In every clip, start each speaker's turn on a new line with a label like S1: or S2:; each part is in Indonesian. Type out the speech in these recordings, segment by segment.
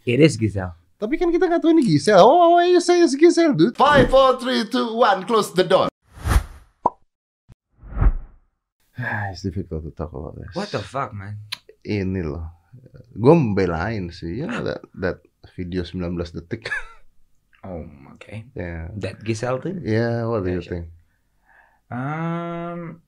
S1: It is Giselle.
S2: Tapi kan kita nggak tahu ini Giselle. Oh, why you say it's Giselle, dude? Five, four, three, two, one, close the door. Ah, It's difficult to talk about this.
S1: What the fuck, man?
S2: Ini loh. Gue membelain sih. You know that, that video 19 detik.
S1: Oh, okay.
S2: yeah.
S1: That Giselle thing?
S2: Yeah, what do you
S1: Yeah,
S2: think?
S1: Um,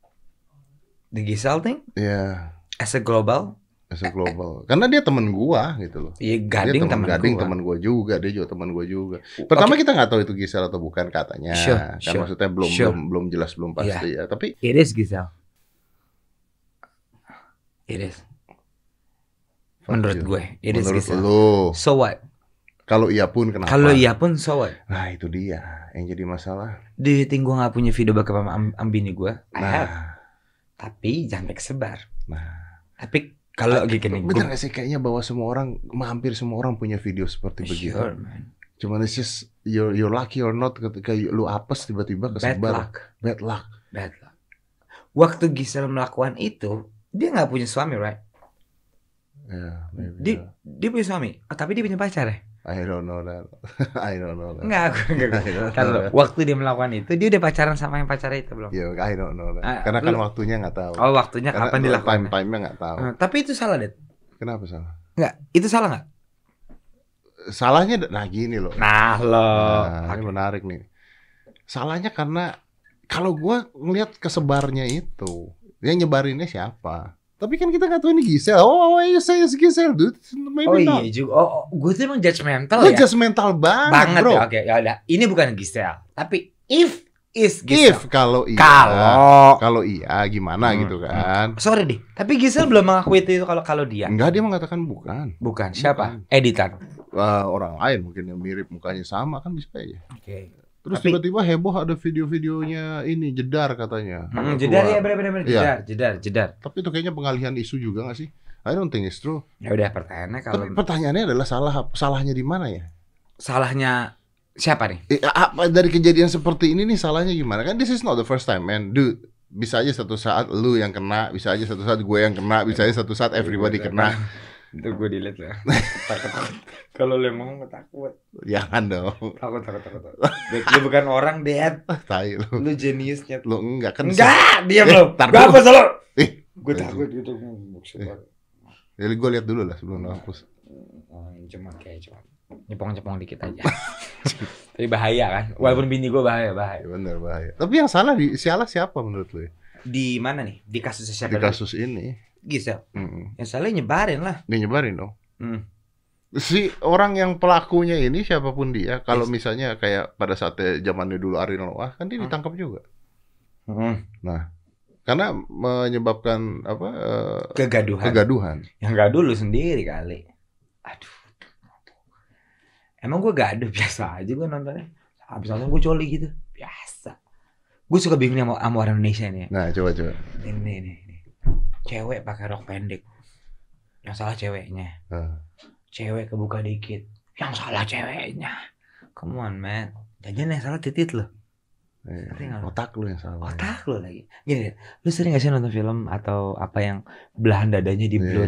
S1: the Giselle thing
S2: Yeah,
S1: as a global,
S2: as a global. Karena dia temen gua gitu loh.
S1: ya
S2: Dia
S1: gading teman
S2: gading
S1: gua.
S2: temen gua juga, dia juga temen gua juga. Pertama
S1: Oke.
S2: kita nggak tahu itu Gisel atau bukan katanya.
S1: Sure,
S2: kan
S1: sure,
S2: maksudnya belum
S1: sure.
S2: belum belum jelas belum pasti ya. Tapi
S1: It is Giselle. It is.
S2: fuck
S1: Menurut
S2: you.
S1: gue, it is
S2: menurut
S1: Giselle.
S2: lu,
S1: So what?
S2: kalau iya pun kenapa?
S1: Kalau iya pun so what?
S2: Nah, itu dia yang jadi masalah.
S1: Do you think gue gak punya video bokep sama am- ambini gue? I have.
S2: Nah,
S1: Tapi jangan sampai kesebar.
S2: nah.
S1: Tapi kalau kayak gini,
S2: Bener gak sih kayaknya bahwa semua orang, hampir semua orang punya video seperti begitu.
S1: sure, man.
S2: Cuman it's just you're, you're lucky or not ketika you- lu apes
S1: Bad
S2: tiba-tiba kesebar.
S1: luck.
S2: Bad luck.
S1: Bad luck. Waktu Gisel melakukan itu, dia nggak punya suami, right?
S2: Yeah, Ya, maybe.
S1: Dia, dia punya suami. Oh, tapi dia punya pacar ya?
S2: I don't know that. I don't know that.
S1: Enggak, aku enggak.
S2: I don't know
S1: Kalau
S2: that.
S1: waktu dia melakukan itu, dia udah pacaran sama yang pacar itu belum?
S2: Ya, I don't know that.
S1: Ah,
S2: Karena kan
S1: lu-
S2: waktunya nggak tahu.
S1: Oh, waktunya
S2: Karena
S1: kapan dilakukan?
S2: Time time-nya nggak tahu.
S1: Eh, tapi itu salah, Det.
S2: Kenapa salah?
S1: Enggak, itu salah nggak?
S2: Salahnya d- nah gini loh.
S1: Nah, lo.
S2: Nah, ini menarik nih. Salahnya karena kalau gua ngelihat kesebarnya itu, yang nyebarinnya siapa? Tapi kan kita nggak tahu ini Gisel. Oh, why you say it's Gisel, dude? Maybe
S1: Oh
S2: not.
S1: iya juga. Oh, oh, gue tuh emang judgmental
S2: Lu
S1: ya.
S2: judgmental banget,
S1: banget
S2: bro.
S1: ya. Oke, ya udah. Ini bukan Giselle, tapi if is
S2: If
S1: Giselle.
S2: kalau iya,
S1: Kalau
S2: kalau iya gimana
S1: Hmm,
S2: gitu kan?
S1: Sorry deh, tapi Giselle belum mengakui itu kalau kalau dia.
S2: Enggak dia mengatakan bukan.
S1: Bukan.
S2: Hmm.
S1: Siapa? Editan.
S2: Wah, orang lain mungkin yang mirip mukanya sama kan bisa aja.
S1: Oke.
S2: Terus
S1: Tapi-
S2: tiba-tiba heboh ada video-videonya ini jedar katanya.
S1: Hmm,
S2: Keluar.
S1: jedar ya benar-benar
S2: Iya.
S1: jedar, jedar, jedar.
S2: Tapi itu kayaknya pengalihan isu juga gak sih? I don't think it's true.
S1: Ya udah pertanyaannya kalau
S2: Tapi pertanyaannya adalah salah salahnya di mana ya?
S1: salahnya siapa nih?
S2: Eh, apa dari kejadian seperti ini nih salahnya gimana? Kan this is not the first time, man. Dude, bisa aja satu saat lu yang kena, bisa aja satu saat gue yang kena, bisa aja satu saat everybody
S1: Iya,
S2: kena.
S1: Nah, Itu gue delete lah. Takut, takut. Kalau lo mau takut.
S2: Jangan dong.
S1: Takut takut takut. Lu bukan orang, Dad.
S2: Tai lu.
S1: Lu jeniusnya.
S2: Lu enggak kan?
S1: Enggak, diam
S2: Eh,
S1: lo.
S2: tar
S1: Gua
S2: dulu.
S1: apa lo?
S2: Eh,
S1: Gue
S2: eh,
S1: takut gitu.
S2: Jadi gue lihat dulu lah sebelum lu hapus.
S1: Cuma kayak cuma nyepong-nyepong dikit aja. Tapi bahaya kan? Walaupun bini gue bahaya, Iya, bahaya.
S2: Ya bener bahaya. Tapi yang salah di salah siapa menurut lu? ya?
S1: Di mana nih? Di kasus siapa?
S2: Di kasus ini.
S1: Gisel.
S2: Mm-mm.
S1: Yang salah nyebarin lah.
S2: Dia nyebarin dong.
S1: Hmm.
S2: si orang yang pelakunya ini siapapun dia kalau misalnya kayak pada saat zamannya dulu Ariel Noah kan dia
S1: Hmm.
S2: ditangkap juga
S1: Hmm.
S2: Nah, karena menyebabkan apa eh,
S1: Kegaduhan.
S2: kegaduhan
S1: Yang gaduh lu sendiri kali. Aduh. Emang gue gaduh biasa aja gue nontonnya. Habis nonton gue coli gitu. Biasa. Gue suka bingung sama, sama orang Indonesia nih. ya.
S2: nah coba coba
S1: Ini, ini, ini. ini. Cewek pakai rok pendek. Yang salah ceweknya.
S2: Ah.
S1: Cewek kebuka dikit. Yang salah ceweknya. Come on man. Jangan yang salah titit lo.
S2: Eh,
S1: Ngerti nggak lu?
S2: otak lu yang salah
S1: Otak lo lagi. Gini, Dit. lu sering gak sih nonton film atau apa yang belahan dadanya di blur?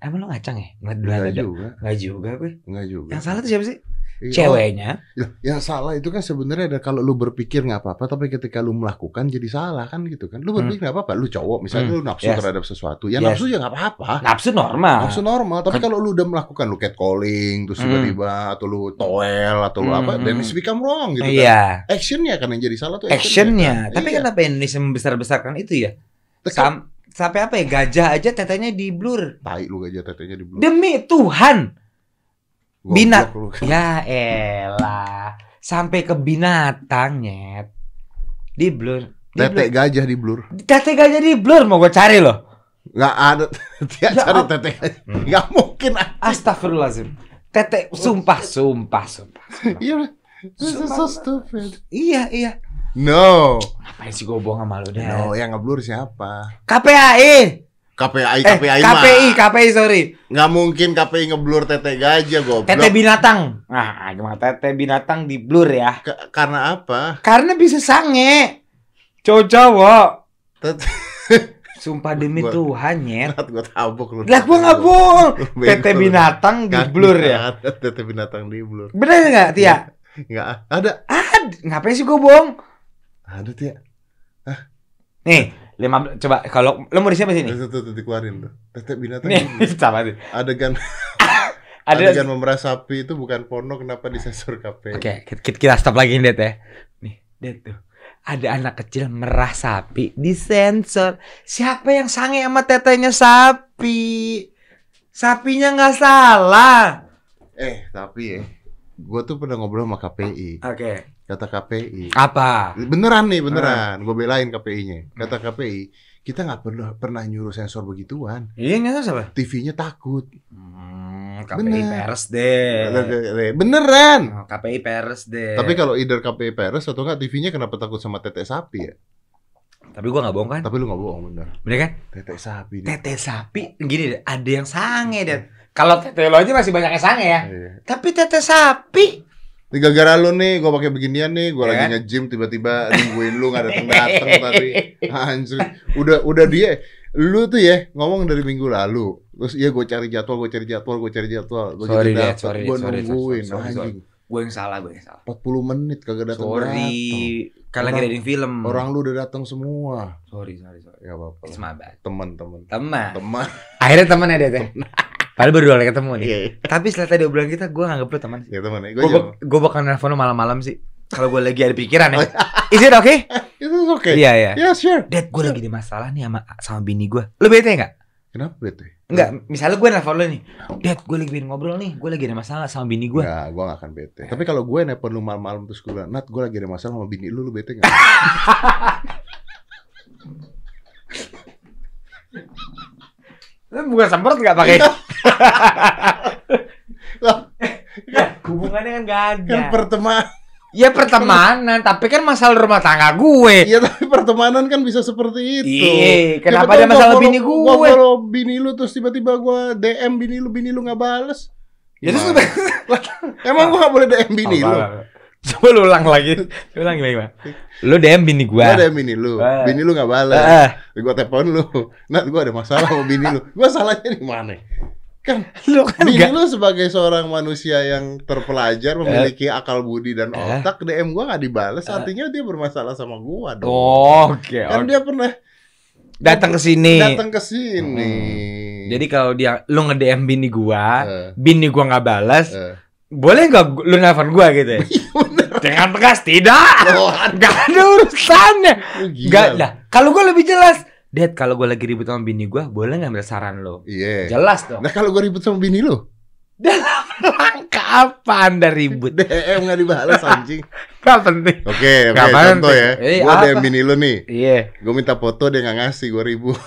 S2: Eh,
S1: Emang lo ngacang ya? Ngeliat belahan
S2: enggak
S1: dada?
S2: juga
S1: Gak juga gue.
S2: enggak juga
S1: Yang salah tuh siapa sih?
S2: Iya.
S1: Ceweknya.
S2: Loh, yang salah itu kan sebenarnya ada kalau lu berpikir nggak apa-apa tapi ketika lu melakukan jadi salah kan gitu kan lu berpikir nggak apa-apa lu cowok misalnya lu nafsu
S1: Hmm. Yes.
S2: terhadap sesuatu ya
S1: Yes.
S2: nafsu ya nggak apa-apa
S1: Nafsu normal.
S2: Nafsu normal, tapi
S1: Kan-
S2: kalau lu udah melakukan lu catcalling, terus
S1: Hmm.
S2: tiba-tiba atau lu toel atau lu apa,
S1: Hmm.
S2: then it's become wrong gitu kan.
S1: Iya.
S2: Actionnya kan yang jadi salah tuh
S1: Actionnya. Tapi
S2: Iya.
S1: kenapa Indonesia membesar-besarkan itu ya?
S2: Tekan
S1: Sam- sampai apa ya? Gajah aja tetenya di blur.
S2: tai lu gajah tetenya di blok.
S1: Demi Tuhan.
S2: Goblok
S1: Bina-
S2: lu.
S1: Ya elah. Sampai ke binatangnya. Di blur. Di
S2: Tete
S1: blur.
S2: gajah di blur.
S1: Tete gajah di blur mau gue cari loh.
S2: Enggak ada dia
S1: Ya,
S2: cari
S1: ap-
S2: tete gajah. Enggak mungkin. ah.
S1: Astagfirullahaladzim. Tete, sumpah, sumpah, sumpah. sumpah.
S2: Iya. This is so stupid.
S1: iya, iya.
S2: No.
S1: Ngapain sih gue bohong sama lu deh?
S2: No, yang ngeblur siapa?
S1: KPAI. Eh,
S2: KPI KPI mah.
S1: KPI, KPI, sorry.
S2: Nggak mungkin KPI ngeblur tete gajah goblok.
S1: Tete binatang. Nah, gimana tete binatang di blur ya?
S2: Ka- karena apa?
S1: Karena bisa sange. Cowok-cowok.
S2: Tete
S1: Sumpah demi
S2: Gua-
S1: Tuhan, nyet.
S2: Nat gue tabok lu.
S1: Lah gua nggak bohong.
S2: Bego
S1: PT
S2: lu.
S1: Binatang di
S2: Nggak
S1: blur ya.
S2: ada PT binatang di blur.
S1: Bener nggak, Tia?
S2: Nggak ada.
S1: Ad, ngapain sih gua bohong?
S2: Ada Tia.
S1: Nih, lima coba kalau lo mau di siapa sini?
S2: Tuh, tuh, tuh, dikeluarin tuh. PT binatang
S1: Nih,
S2: di blur.
S1: sama sih.
S2: Adegan,
S1: Ada
S2: adegan memerah sapi itu bukan porno kenapa disensor KPI?
S1: Oke, kita, kita stop lagi nih, Det ya. Nih, Det tuh. Ada anak kecil merah sapi di sensor. Siapa yang sange sama tetenya sapi? Sapinya nggak salah.
S2: Eh tapi ya, gue tuh pernah ngobrol sama KPI.
S1: Oke.
S2: Kata KPI,
S1: Ah. Apa?
S2: Beneran
S1: Ah.
S2: nih, beneran. Gue belain KPI-nya.
S1: Hmm.
S2: Kata KPI, kita nggak perlu pernah nyuruh sensor begituan.
S1: Iya nggak salah siapa?
S2: TV-nya takut.
S1: Hmm,
S2: Bener.
S1: KPI pers deh.
S2: Beneran.
S1: Oh, KPI pers deh.
S2: Tapi kalau either KPI Peres atau nggak TV-nya kenapa takut sama tete sapi ya?
S1: tapi gua nggak bohong kan?
S2: Tapi lu nggak bohong bener.
S1: Bener kan?
S2: Tete sapi. nih.
S1: Tete sapi gini deh, ada yang sange deh. Kalau tete lo aja masih banyak yang sange ya.
S2: Iya.
S1: Tapi tete sapi
S2: Ini gara-gara lu nih, gue pakai beginian nih, gue
S1: Iya
S2: lagi
S1: kan?
S2: nge-gym tiba-tiba nungguin lu nggak datang datang tadi. Anjir, udah udah dia, lu tuh ya ngomong dari minggu lalu. Terus iya gue cari jadwal, gue cari jadwal, gue cari jadwal. Gua
S1: Sorry,
S2: jadi
S1: Dad,
S2: dapet.
S1: sorry,
S2: Gua
S1: sorry, sorry,
S2: nungguin.
S1: sorry, sorry.
S2: Anjing,
S1: gue yang salah, gue yang salah.
S2: 40 menit kagak datang
S1: Sorry, kalian lagi
S2: Orang-
S1: editing film.
S2: Orang lu udah datang semua.
S1: Sorry, sorry, sorry.
S2: Ya apa-apa.
S1: It's my bad.
S2: Teman-teman.
S1: Teman.
S2: Teman.
S1: Akhirnya teman ada teh. Padahal baru dua kali ketemu nih.
S2: Iya.
S1: Tapi setelah tadi obrolan kita, gue nganggep lu teman.
S2: Ya teman. Gue
S1: Gue bak gue bakal nelfon lu malam-malam sih. Kalau gue lagi ada pikiran ya. Is it okay?
S2: Itu Oh, iya. oke.
S1: Iya, iya.
S2: Ya sure.
S1: Dad, gue lagi di masalah nih sama sama bini gue. Lu bete nggak?
S2: Kenapa bete?
S1: Enggak, misalnya gue nelfon lo nih. Dad, gue lagi pengen ngobrol nih. Gue lagi ada masalah sama bini gue.
S2: Nggak, gue gak akan bete. Tapi kalau gue nelpon lu malam-malam terus gue bilang, Nat, gue lagi ada masalah sama bini lu, lu bete gak?
S1: Lu bukan semprot gak pakai?
S2: Iya. Lah,
S1: Hubungannya kan gak ada.
S2: kan pertemanan.
S1: ya pertemanan, tapi kan masalah rumah tangga gue.
S2: Iya, tapi pertemanan kan bisa seperti itu.
S1: Iya, kenapa
S2: Siapa tahu
S1: ada
S2: gua
S1: masalah
S2: follow-
S1: bini gue?
S2: Gua follow bini lu terus tiba-tiba gue DM bini lu, bini lu gak bales.
S1: Ya terus
S2: Gimana? Emang gue gak boleh DM bini lu?
S1: Coba lu ulang lagi. Lu ulang gimana? gimana? Lu DM bini gue.
S2: Gue DM bini lu,
S1: Wah.
S2: bini lu gak bales.
S1: Heeh.
S2: Gue telepon lu, Nat gue ada masalah sama bini lu. Gue salahnya di mana? Kan
S1: lu kan
S2: Bini
S1: gak
S2: lu sebagai seorang manusia yang terpelajar memiliki akal budi
S1: Eh.
S2: dan otak DM gua nggak dibales artinya dia bermasalah sama gua dong.
S1: Oke,
S2: Kan
S1: oke.
S2: dia pernah
S1: datang ke sini.
S2: datang ke sini.
S1: Hmm. Jadi ah. kalau dia lu nge-DM bini gua,
S2: Eh,
S1: bini gua nggak balas,
S2: eh. Iya,
S1: boleh nggak gu- lu nelfon gua gitu ya? Dengan tegas tidak.
S2: Loh,
S1: Gak ada urusannya.
S2: lu Oh, gila
S1: Gak
S2: lu.
S1: lah. Kalau gua lebih jelas. Dad, kalau gua lagi ribut sama bini gua, boleh nggak ambil saran lo?
S2: Iya.
S1: Jelas dong.
S2: Nah kalau gua ribut sama bini lu,
S1: Dalam rangka apa anda ribut?
S2: DM nggak dibales anjing.
S1: Gak penting.
S2: Oke, oke
S1: Nggak penting.
S2: contoh ya.
S1: Eh,
S2: Gua
S1: apa?
S2: DM bini lu nih.
S1: Iya.
S2: Gua minta foto dia nggak ngasih, gua ribut.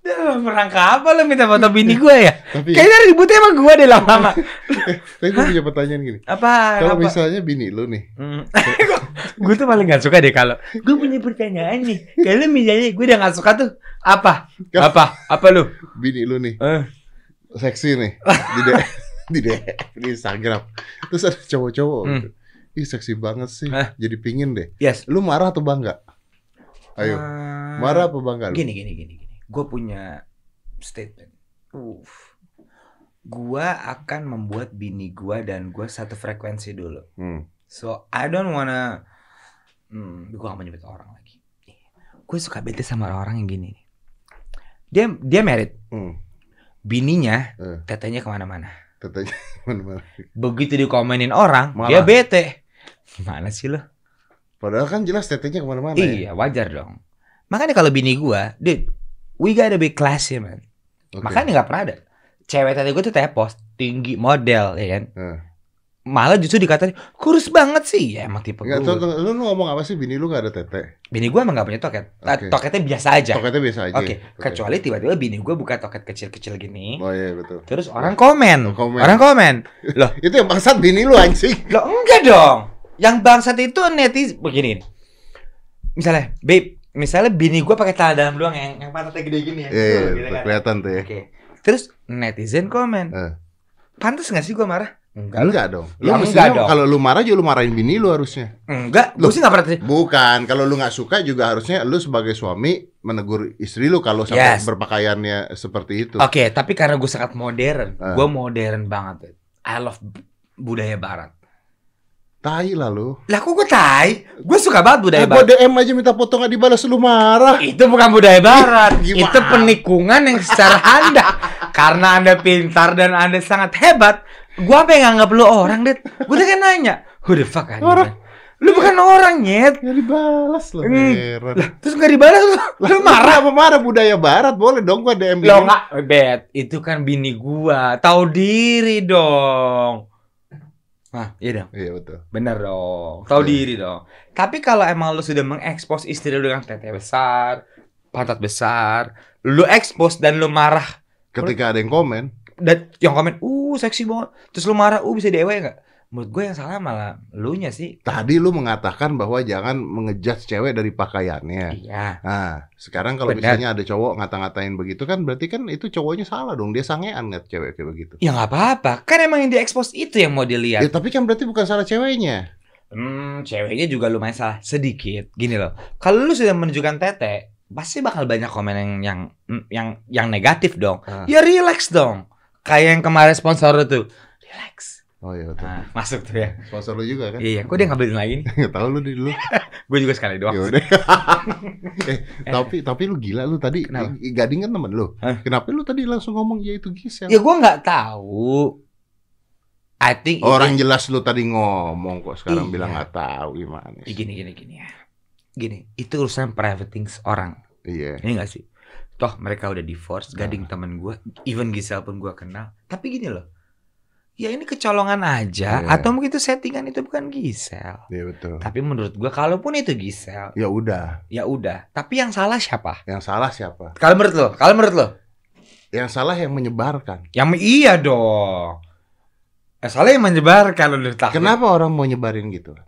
S1: Dalam rangka apa lo minta foto bini gua ya?
S2: tapi eh,
S1: Kayaknya ributnya emang gua deh lama-lama. gitu.
S2: tapi gua punya pertanyaan gini.
S1: Apa?
S2: Kalau
S1: apa?
S2: misalnya bini lu nih,
S1: gue tuh paling gak suka deh kalau gue punya pertanyaan nih kalau misalnya gue udah gak suka tuh apa
S2: Ya.
S1: apa apa lu
S2: bini lu nih
S1: Eh,
S2: seksi nih di D- di D- di Instagram. Terus ada cowok-cowok.
S1: Hmm.
S2: gitu. Ih seksi banget sih.
S1: Hah?
S2: Jadi pingin deh.
S1: yes
S2: Lu marah atau bangga?
S1: Eh,
S2: Ayo, marah apa bangga lu?
S1: gini gini gini gini gue punya statement uh gue akan membuat bini gue dan gue satu frekuensi dulu
S2: Hmm.
S1: so I don't wanna hmm, gue gak mau nyebut orang lagi gue suka bete sama orang-orang yang gini nih. dia dia married
S2: Hmm.
S1: bininya
S2: Eh.
S1: tetenya kemana-mana
S2: Tetenya gimana-mana.
S1: begitu dikomenin orang
S2: Malah.
S1: dia bete gimana sih lo
S2: Padahal kan jelas tetenya kemana-mana ya.
S1: iya wajar dong makanya kalau bini gua dude we gotta be classy man
S2: Oke.
S1: makanya nggak pernah ada cewek tadi gua tuh tepos tinggi model ya kan
S2: Eh.
S1: malah justru dikatain kurus banget sih ya emang tipe
S2: Nggak,
S1: gua
S2: tuh, tuh, lu, lu ngomong apa sih bini lu gak ada tete?
S1: bini gua emang gak punya toket Eh,
S2: Oke.
S1: toketnya biasa aja oke
S2: Toketnya biasa aja.
S1: kecuali tiba-tiba bini gua buka toket kecil-kecil gini
S2: Oh iya betul.
S1: terus orang komen.
S2: Oh, komen.
S1: orang komen
S2: Itu yang bangsat bini lu anjing.
S1: Loh enggak dong. Yang bangsat itu netizen begini. nih. Misalnya, babe, misalnya bini gue pakai celana dalam doang yang yang pantatnya gede gini ya.
S2: Iya, iya,
S1: gitu
S2: betul.
S1: kan.
S2: kelihatan tuh ya.
S1: Oke. Terus netizen komen.
S2: Eh.
S1: Pantas nggak sih gue marah? Enggak lah.
S2: Enggak dong. Lu
S1: Ya,
S2: mestinya
S1: enggak dong.
S2: kalau lu marah juga lu marahin bini lu harusnya.
S1: Enggak, gue
S2: Loh.
S1: sih nggak pernah ter-
S2: Bukan, kalau lu nggak suka juga harusnya lu sebagai suami menegur istri lu kalau sampai
S1: Yes.
S2: berpakaiannya seperti itu.
S1: Oke, tapi karena gue sangat modern,
S2: Ah.
S1: gue modern banget. I love bu- budaya barat.
S2: Tai lah lu.
S1: Lah kok gue tai? Gue suka banget budaya
S2: Eh, gua
S1: barat.
S2: DM aja minta foto nggak dibalas lu marah.
S1: Itu bukan budaya barat.
S2: Gimana?
S1: Itu penikungan yang secara Anda karena Anda pintar dan Anda sangat hebat, gua apa yang nganggap lu orang, Dit? Gua udah kan nanya, "Who the fuck are you,
S2: Orang.
S1: man?" Lu bukan orang, Nyet.
S2: Nggak dibalas lu.
S1: Hmm.
S2: Heran.
S1: Lah, terus nggak dibalas lu. Lu marah.
S2: apa marah budaya barat boleh dong gua DM
S1: Lo
S2: bini.
S1: nggak, Bet, itu kan bini gua. Tahu diri dong. Nah, iya dong.
S2: Iya betul.
S1: Bener dong, tahu
S2: Betul.
S1: diri dong. Tapi kalau emang lu sudah mengekspos istri lu dengan tete besar, pantat besar, lu ekspos dan lu marah
S2: Ketika ada yang komen,
S1: dan yang komen, uh seksi banget, terus lu marah, uh bisa dewe nggak? Menurut gue yang salah malah lu nya sih.
S2: tadi lu mengatakan bahwa jangan mengejudge cewek dari pakaiannya.
S1: Iya.
S2: Nah, sekarang kalau
S1: Benar.
S2: misalnya ada cowok ngata-ngatain begitu kan berarti kan itu cowoknya salah dong. Dia sangean ngeliat cewek kayak begitu.
S1: Ya nggak apa-apa, kan emang yang diekspos itu yang mau
S2: Ya,
S1: dilihat.
S2: tapi kan berarti bukan salah ceweknya.
S1: Hmm, ceweknya juga lumayan salah sedikit. Gini loh, kalau lu sudah menunjukkan tete, pasti bakal banyak komen yang yang mm, yang yang negatif dong.
S2: Ah.
S1: Ya relax dong. Kayak yang kemarin sponsor lu tuh, relax.
S2: Oh iya betul.
S1: Nah, masuk tuh ya.
S2: Sponsor lu juga kan?
S1: Iya, kok dia ngambilin lagi nih?
S2: Nggak tahu lu di dulu.
S1: Gue juga sekali doang.
S2: Ya udah. eh, tapi tapi lu gila lu tadi
S1: Kenapa?
S2: i- gading kan temen lu.
S1: Hah?
S2: Kenapa lu tadi langsung ngomong ya itu Gisel?
S1: Ya gue nggak tahu. I think
S2: Orang jelas lu tadi ngomong kok
S1: Iya.
S2: sekarang bilang nggak tahu gimana.
S1: Ya
S2: sih.
S1: gini gini gini ya. Gini, itu urusan private things orang.
S2: Iya.
S1: Ini gak sih? Toh mereka udah divorce, gading temen gue, even Gisel pun gue kenal. Tapi gini loh, ya ini kecolongan aja,
S2: Iya.
S1: atau mungkin itu settingan itu bukan Gisel.
S2: Iya betul.
S1: Tapi menurut gue, kalaupun itu Gisel,
S2: Ya udah,
S1: ya udah. Tapi yang salah siapa?
S2: yang salah siapa?
S1: Kalau menurut lo, kalau menurut lo,
S2: Yang salah yang menyebarkan.
S1: yang iya dong. Yang salah yang menyebarkan udah takut.
S2: Kenapa orang mau nyebarin gitu?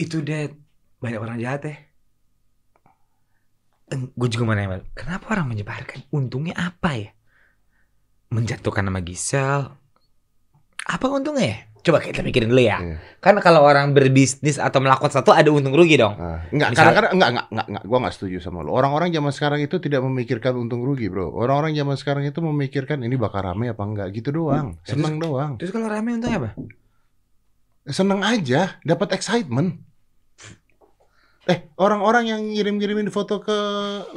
S1: Itu deh banyak orang jahat ya. Gue juga mau nanya, kenapa orang menyebarkan? Untungnya apa ya? Menjatuhkan nama Gisel. Apa untungnya ya? Coba kita pikirin dulu ya.
S2: Iya.
S1: Kan kalau orang berbisnis atau melakukan satu ada untung rugi dong.
S2: Ah, enggak,
S1: Misal-
S2: kadang-kadang enggak, enggak, enggak, enggak, gua enggak setuju sama lu. Orang-orang zaman sekarang itu tidak memikirkan untung rugi, Bro. Orang-orang zaman sekarang itu memikirkan ini bakal rame apa enggak gitu doang.
S1: Hmm.
S2: Seneng doang.
S1: Terus kalau rame untungnya apa?
S2: Seneng aja, dapat excitement. Eh, orang-orang yang ngirim-ngirimin foto ke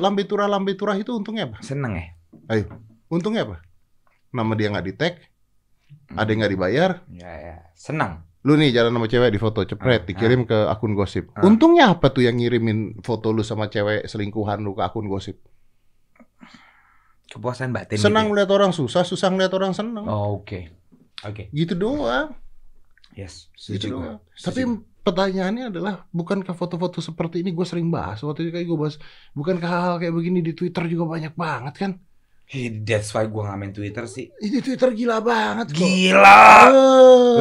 S2: Lambe Turah, Lambe Turah itu untungnya apa?
S1: Seneng ya?
S2: Untungnya apa? Nama dia nggak di-tag,
S1: Hmm.
S2: ada yang nggak dibayar.
S1: Ya, ya. Senang.
S2: Lu nih jalan sama cewek di foto
S1: Ah,
S2: cepret, dikirim ke akun gosip.
S1: Ah.
S2: Untungnya apa tuh yang ngirimin foto lu sama cewek selingkuhan lu ke akun gosip?
S1: Kepuasan batin.
S2: Senang
S1: gitu.
S2: melihat orang susah, susah melihat orang senang.
S1: Oh, Oke. Oke.
S2: Gitu doang.
S1: Yes.
S2: Gitu
S1: Setuju gue.
S2: doang. Tapi
S1: Setuju.
S2: pertanyaannya adalah bukankah foto-foto seperti ini gue sering bahas waktu itu kayak gue bahas bukankah hal-hal kayak begini di Twitter juga banyak banget kan
S1: Ih, That's why gue ngamen Twitter sih.
S2: ini Twitter gila banget kok
S1: Gila.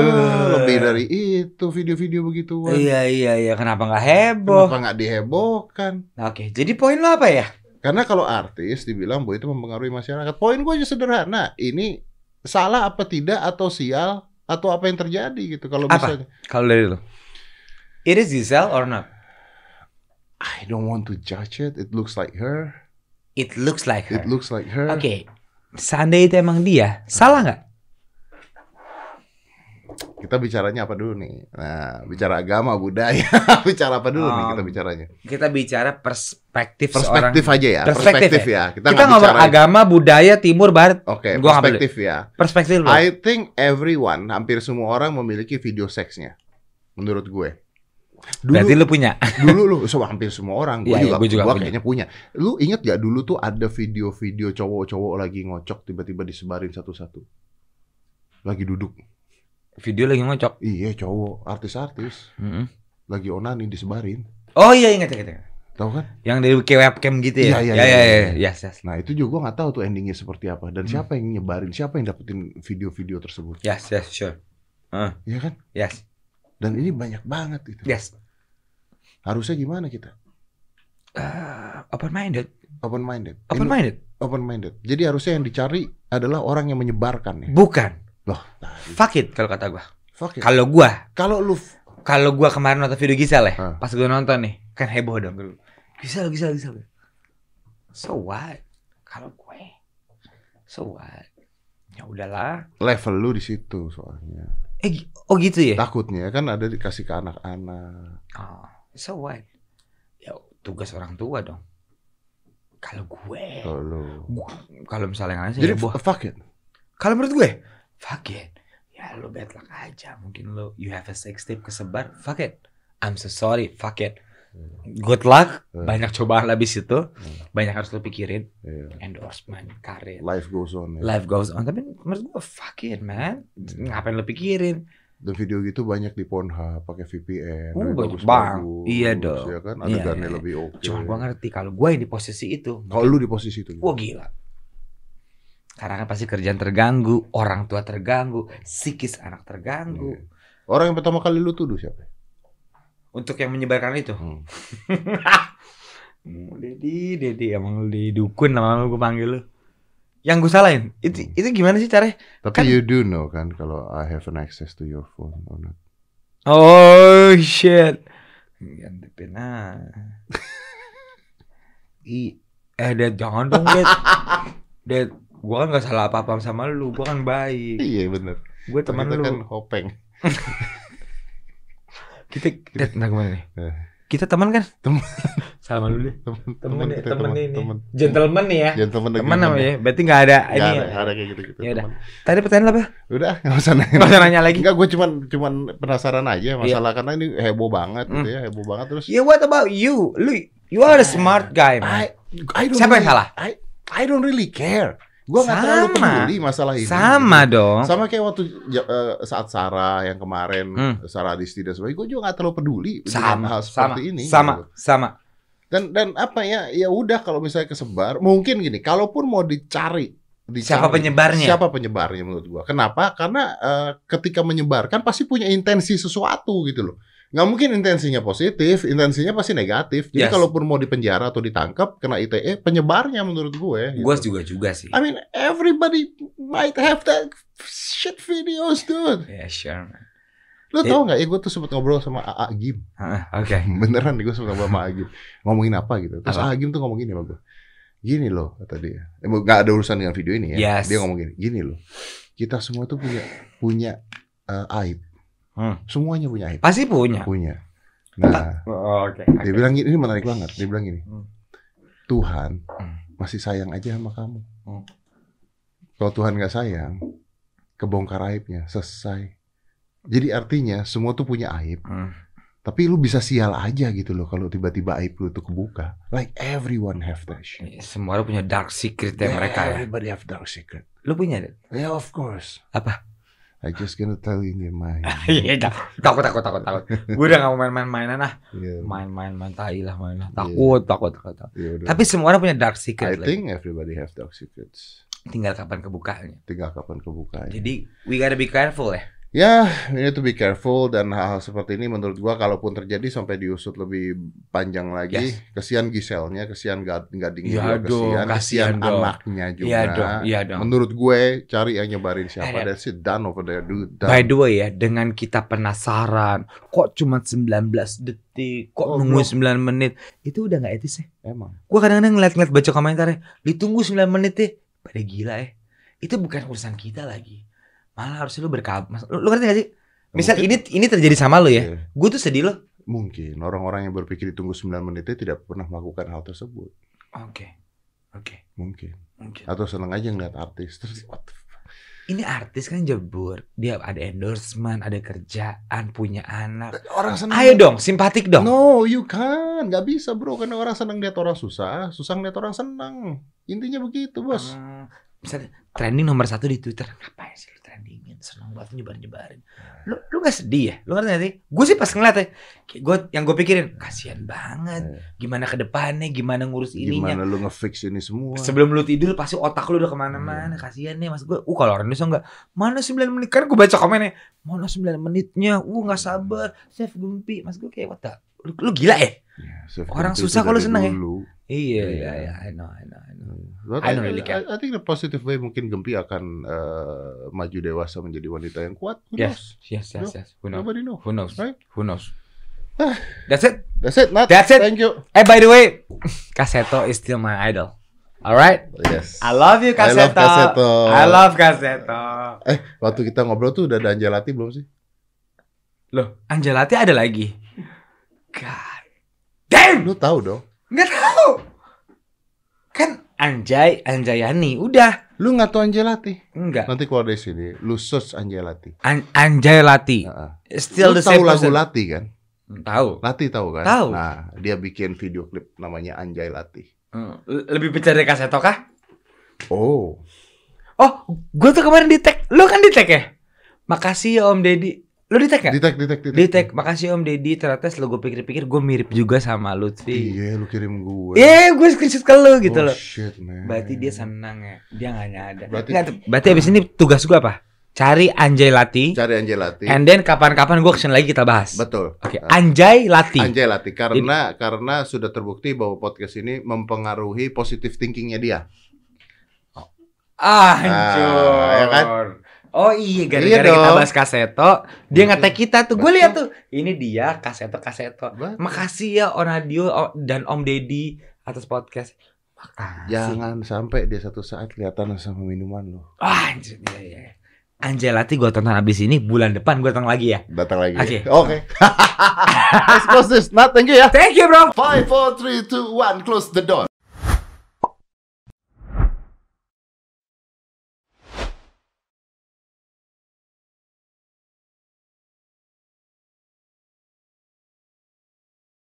S2: Eh, lebih dari itu video-video begituan
S1: Iya iya iya kenapa nggak heboh?
S2: kenapa nggak dihebohkan
S1: Nah, Oke jadi poin lo apa ya?
S2: Karena kalau artis dibilang bahwa itu mempengaruhi masyarakat. Poin gue aja sederhana. Ini salah apa tidak atau sial atau apa yang terjadi gitu kalau
S1: Apa?
S2: misalnya
S1: Kalau dari lo, it is Giselle or not?
S2: I don't want to judge it. It looks like her.
S1: It looks like her.
S2: It looks like her.
S1: Oke, seandainya itu emang dia, salah nggak?
S2: Kita bicaranya apa dulu nih? Nah, bicara agama, budaya, bicara apa dulu nih kita
S1: Um,
S2: bicaranya?
S1: Kita bicara perspektif, seorang.
S2: Perspektif aja ya,
S1: Perspektif
S2: perspektif ya. Kita,
S1: Kita,
S2: nggak
S1: ngomong
S2: bicara.
S1: agama, budaya, timur, barat. Gua
S2: Oke,
S1: nggak
S2: perspektif ya.
S1: Perspektif lo.
S2: I think everyone, hampir semua orang memiliki video seksnya. Menurut gue. Dulu
S1: Berarti lo punya.
S2: dulu lu so, hampir semua orang gue
S1: Iya, iya,
S2: juga,
S1: gua juga
S2: gua
S1: punya.
S2: kayaknya punya lu inget gak dulu tuh ada video-video cowok-cowok lagi ngocok tiba-tiba disebarin satu-satu lagi duduk
S1: Video lagi ngocok.
S2: iya cowok artis-artis
S1: Mm-mm.
S2: lagi onani disebarin
S1: Oh iya ingat ingat. ingat.
S2: tahu kan
S1: Yang dari kayak webcam gitu ya?
S2: Iya, iya,
S1: ya
S2: iya,
S1: ya
S2: iya,
S1: ya. Yes, yes.
S2: nah itu juga gue nggak tahu tuh endingnya seperti apa dan
S1: Hmm.
S2: siapa yang nyebarin siapa yang dapetin video-video tersebut
S1: Yes, yes, sure. Uh,
S2: ya kan
S1: Yes,
S2: dan ini banyak banget gitu
S1: yes.
S2: harusnya gimana kita
S1: Eh, open minded,
S2: open minded
S1: open minded. Hmm.
S2: open minded jadi harusnya yang dicari adalah orang yang menyebarkan ya
S1: Bukan
S2: Loh,
S1: Fuck it kalau kata gua.
S2: Fuck it.
S1: Kalau gua,
S2: Kalau lu
S1: kalau gua kemarin nonton video Gisel ya,
S2: Hah.
S1: pas gua nonton nih, kan heboh dong. Gua, Gisel, Gisel, Gisel. So what? Kalau gue, so what? Ya udahlah.
S2: level lu di situ soalnya.
S1: Eh, gi- oh gitu ya?
S2: Takutnya kan ada dikasih ke anak-anak.
S1: Oh, so what? Ya tugas orang tua dong. Kalau gue,
S2: Kalau lu.
S1: gua- kalau misalnya ngasih
S2: Jadi
S1: Jadi, heboh.
S2: fuck it.
S1: Kalau menurut gue, fuck it. Ya lu bad luck aja. Mungkin lu you have a sex tape kesebar. Fuck it. I'm so sorry. Fuck it. Good luck.
S2: Hmm.
S1: Banyak cobaan habis itu. Banyak harus lu pikirin.
S2: Iya.
S1: Endorsement, karir.
S2: Life goes on. Ya.
S1: Iya. Life goes on. Tapi menurut gue, fuck it man.
S2: Hmm.
S1: Ngapain lu pikirin?
S2: Dan video gitu banyak di Pornhub pakai VPN.
S1: Uh,
S2: Tapi
S1: banyak
S2: bagus-bagus,
S1: banget. Iya dong.
S2: Ya kan
S1: Iya,
S2: adegannya
S1: iya.
S2: lebih oke.
S1: Cuma gue ngerti kalau gue yang di posisi itu,
S2: Kalau lu di posisi itu.
S1: Wah gila. Karena kan pasti kerjaan terganggu, orang tua terganggu, psikis anak terganggu.
S2: Iya. Orang yang pertama kali lu tuduh siapa?
S1: Iya. Untuk yang menyebarkan itu.
S2: Hmm.
S1: Hmm, Dedi, Dedi emang lu di dukun lama-lama gue panggil lu. Yang gue salahin, itu,
S2: Hmm.
S1: itu gimana sih caranya?
S2: Tapi
S1: Kan-
S2: you do know kan kalau I have an access to your phone or not.
S1: Oh shit. Gantepin ah. I, eh Dad jangan dong Dad. Dad, gue kan gak salah apa-apa sama lu, gue kan baik.
S2: Iya benar.
S1: Gue teman
S2: Kita
S1: lu.
S2: kan hopeng.
S1: kita Dad, ntar gimana nih?
S2: Eh.
S1: Kita teman kan?
S2: Teman.
S1: Sama lu deh.
S2: Temen
S1: temen nih,
S2: kita,
S1: temen ini.
S2: temen.
S1: Gentleman nih ya.
S2: Gentleman
S1: Teman namanya. Berarti nggak ada
S2: Gak
S1: ini.
S2: ada,
S1: ya.
S2: gak ada kayak gitu-gitu.
S1: Ya udah.
S2: temen.
S1: Tadi pertanyaan apa?
S2: Udah, gak usah nanya.
S1: Nggak usah nanya lagi. Iya.
S2: Enggak, gue cuman cuman penasaran aja masalah karena ini heboh banget gitu ya, heboh banget terus.
S1: Ya what about you? Lu you are a smart guy, man.
S2: I
S1: Siapa yang
S2: really-
S1: salah?
S2: I, I don't really care. Gue nggak terlalu
S1: Sama.
S2: peduli masalah ini.
S1: Sama
S2: gitu.
S1: dong.
S2: Sama kayak waktu ja- eh, saat Sarah yang kemarin
S1: Hmm.
S2: Sarah Adisti dan sebagainya, gue juga nggak terlalu peduli dengan
S1: Sama,
S2: hal
S1: sama,
S2: seperti ini.
S1: sama,
S2: gitu.
S1: sama.
S2: Dan dan apa ya? Ya udah kalau misalnya kesebar, mungkin gini, kalaupun mau dicari, dicari
S1: Siapa penyebarnya?
S2: Siapa penyebarnya menurut gua? Kenapa? Karena eh, ketika menyebarkan pasti punya intensi sesuatu gitu loh. Nggak mungkin intensinya positif, intensinya pasti negatif. Jadi
S1: Yes.
S2: kalaupun mau dipenjara atau ditangkap kena ITE, penyebarnya menurut gue. gitu.
S1: Gue juga juga sih.
S2: I mean everybody might have that shit videos dude.
S1: Ya sure. man.
S2: Lo
S1: It-
S2: tau nggak? Ya gue tuh sempet ngobrol sama AA Gim.
S1: Heeh, Oke.
S2: Beneran nih gue suka sama Agim Ngomongin apa gitu Terus
S1: Apa?
S2: Agim tuh ngomong gini sama gue Gini loh kata dia eh, bu- Gak ada urusan dengan video ini ya
S1: Yes.
S2: Dia ngomong gini Gini loh Kita semua tuh punya Punya eh, aib
S1: Hmm.
S2: Semuanya punya aib
S1: Pasti punya.
S2: Punya Nah
S1: Oh, Oke.
S2: Dia bilang gini Ini menarik banget Dia bilang gini
S1: Hmm.
S2: Tuhan
S1: Hmm.
S2: Masih sayang aja sama kamu
S1: Hmm.
S2: Kalau Tuhan gak sayang Kebongkar aibnya Selesai Jadi artinya Semua tuh punya aib
S1: Hmm.
S2: tapi lu bisa sial aja gitu loh kalau tiba-tiba aib lu tuh kebuka. Like everyone have that shit.
S1: Semua orang punya dark secret ya mereka ya.
S2: Everybody have dark secret.
S1: Lu punya deh.
S2: Yeah, of course.
S1: Apa?
S2: I just gonna tell you in your mind.
S1: Iya, dah. takut takut takut takut. Gue udah gak mau main-main mainan ah.
S2: Yeah,
S1: Main-main main tai lah main lah.
S2: Iya.
S1: Takut takut takut. takut.
S2: ya udah.
S1: Tapi semua orang punya dark secret.
S2: I
S1: lah.
S2: think everybody have dark secrets.
S1: Tinggal kapan kebukanya.
S2: Tinggal kapan kebuka ya.
S1: Jadi we gotta be careful ya.
S2: Ya, we need to be careful dan hal-hal seperti ini menurut gua kalaupun terjadi sampai diusut lebih panjang lagi,
S1: Yes.
S2: kesian Giselnya, kesian Gad- Gadingnya,
S1: Ya
S2: juga
S1: dong,
S2: kesian,
S1: kasihan
S2: kesian
S1: dong.
S2: anaknya juga.
S1: Iya dong, iya dong.
S2: Menurut gue cari yang nyebarin siapa
S1: Eh,
S2: that's it done over there dude. done.
S1: By the way ya, dengan kita penasaran, kok cuma 19 detik, kok
S2: Oh,
S1: nunggu 9
S2: bro.
S1: menit, itu udah nggak etis ya.
S2: Emang.
S1: Gue kadang-kadang ngeliat-ngeliat baca komentarnya, ditunggu 9 menit ya, pada gila ya. Itu bukan urusan kita lagi. Malah harusnya lu berkabar. Mas- Lu, lu ngerti gak sih? Misal ini
S2: Mungkin-
S1: ini terjadi sama lu ya,
S2: Iya.
S1: gue tuh sedih lo.
S2: Mungkin orang-orang yang berpikir ditunggu 9 menitnya tidak pernah melakukan hal tersebut.
S1: Oke, oke,
S2: Mungkin.
S1: mungkin.
S2: Atau seneng aja ngeliat artis terus what the fuck.
S1: Ini artis kan jebur, dia ada endorsement, ada kerjaan, punya anak.
S2: Orang seneng.
S1: Ayo dong, simpatik dong.
S2: No, you can't. Gak bisa bro, karena orang seneng lihat orang susah, susah ngeliat orang seneng. Intinya begitu bos.
S1: Hmm, misalnya trending nomor satu di Twitter, ngapain sih lu trendingin? Seneng banget nyebarin nyebarin. Lu lu gak sedih ya? Lu ngerti gak sih? Gue sih pas ngeliat ya, kayak gua, yang gue pikirin kasihan banget.
S2: Eh,
S1: Gimana ke depannya? Gimana ngurus ininya?
S2: Gimana lu ngefix ini semua?
S1: Sebelum lu tidur pasti otak lu udah kemana-mana
S2: Iya.
S1: Kasihan nih mas gue Uh kalau orang Indonesia enggak Mana 9 menit Kan gue baca komennya Mana 9 menitnya Uh gak sabar Chef Gempi Mas gue kayak what the- lu, lu gila ya?
S2: Ya, Chef
S1: Orang
S2: Kunti
S1: susah
S2: itu
S1: kalau
S2: dari
S1: seneng ya?
S2: dulu.
S1: Iya, iya,
S2: Iya.
S1: iya, I know, I know, I know.
S2: But
S1: I
S2: I,
S1: don't really care.
S2: I- I think the positive way mungkin Gempi akan eh, maju dewasa menjadi wanita yang kuat. Who
S1: Yes, yes, yes, yes. Who
S2: knows?
S1: knows?
S2: Nobody knows.
S1: Who knows?
S2: Right?
S1: Who knows?
S2: Ah.
S1: That's it.
S2: That's it, Nat.
S1: That's it.
S2: Thank you.
S1: Eh, by the way, Kaseto is still my idol. Alright,
S2: Yes.
S1: I love you
S2: I
S1: Kaseto.
S2: love Kaseto.
S1: I love Kaseto.
S2: Eh, waktu kita ngobrol tuh udah ada Angelati belum sih?
S1: Loh, Angelati ada lagi. God damn,
S2: Lu tahu dong.
S1: nggak tahu. Kan Anjay Anjayani, udah
S2: Lu nggak tahu Angelati?
S1: enggak.
S2: Nanti keluar dari sini, lu search Angelati.
S1: An Anjay Lati,
S2: Heeh.
S1: still
S2: lu
S1: the same
S2: tahu lagu
S1: person. Hmm,
S2: Lati kan?
S1: Tahu.
S2: Lati tahu kan?
S1: Tahu.
S2: Nah, dia bikin video klip namanya Anjay Lati.
S1: Hmm, Lebih pecah dari Kaseto kah?
S2: Oh.
S1: Oh, gue tuh kemarin di tag. Lu kan di tag ya? Makasih ya Om Deddy. Lu di tag gak?
S2: Ditek, ditek, ditek.
S1: Di tag. Makasih Om Deddy. Ternyata setelah gue pikir-pikir gue mirip juga sama Lutfi.
S2: Iya, lu kirim gue.
S1: Iya, gue screenshot ke lu gitu
S2: Oh,
S1: loh.
S2: Shit, man.
S1: Berarti dia senang ya. Dia gak nyadar. Berarti,
S2: Berarti-
S1: berarti abis ini tugas gue apa? Cari Anjay Lati.
S2: Cari Anjay Lati.
S1: And then kapan-kapan gue action lagi kita bahas.
S2: Betul. Nah.
S1: Oke, Anjay Lati.
S2: Anjay Lati karena karena sudah terbukti bahwa podcast ini mempengaruhi positive thinkingnya dia.
S1: Ah, hancur.
S2: Ah, ya kan?
S1: Oh iya,
S2: Iya
S1: gara-gara kita
S2: dong.
S1: bahas kaseto, dia
S2: Betul.
S1: ngetek kita tuh. Gue
S2: Betul.
S1: lihat tuh, ini dia kaseto kaseto.
S2: Betul.
S1: Makasih ya Onadio O- dan Om Deddy atas podcast. Makasih.
S2: Jangan sampai dia satu saat kelihatan sama minuman lu.
S1: Wah, anjir, iya, iya. Angelati gue tonton abis ini bulan depan gue tonton lagi ya.
S2: Datang lagi.
S1: Oke.
S2: Oke. Oke. Let's close this. Nah, thank you ya.
S1: Thank you bro.
S2: Five, four, three, two, one. Close the door.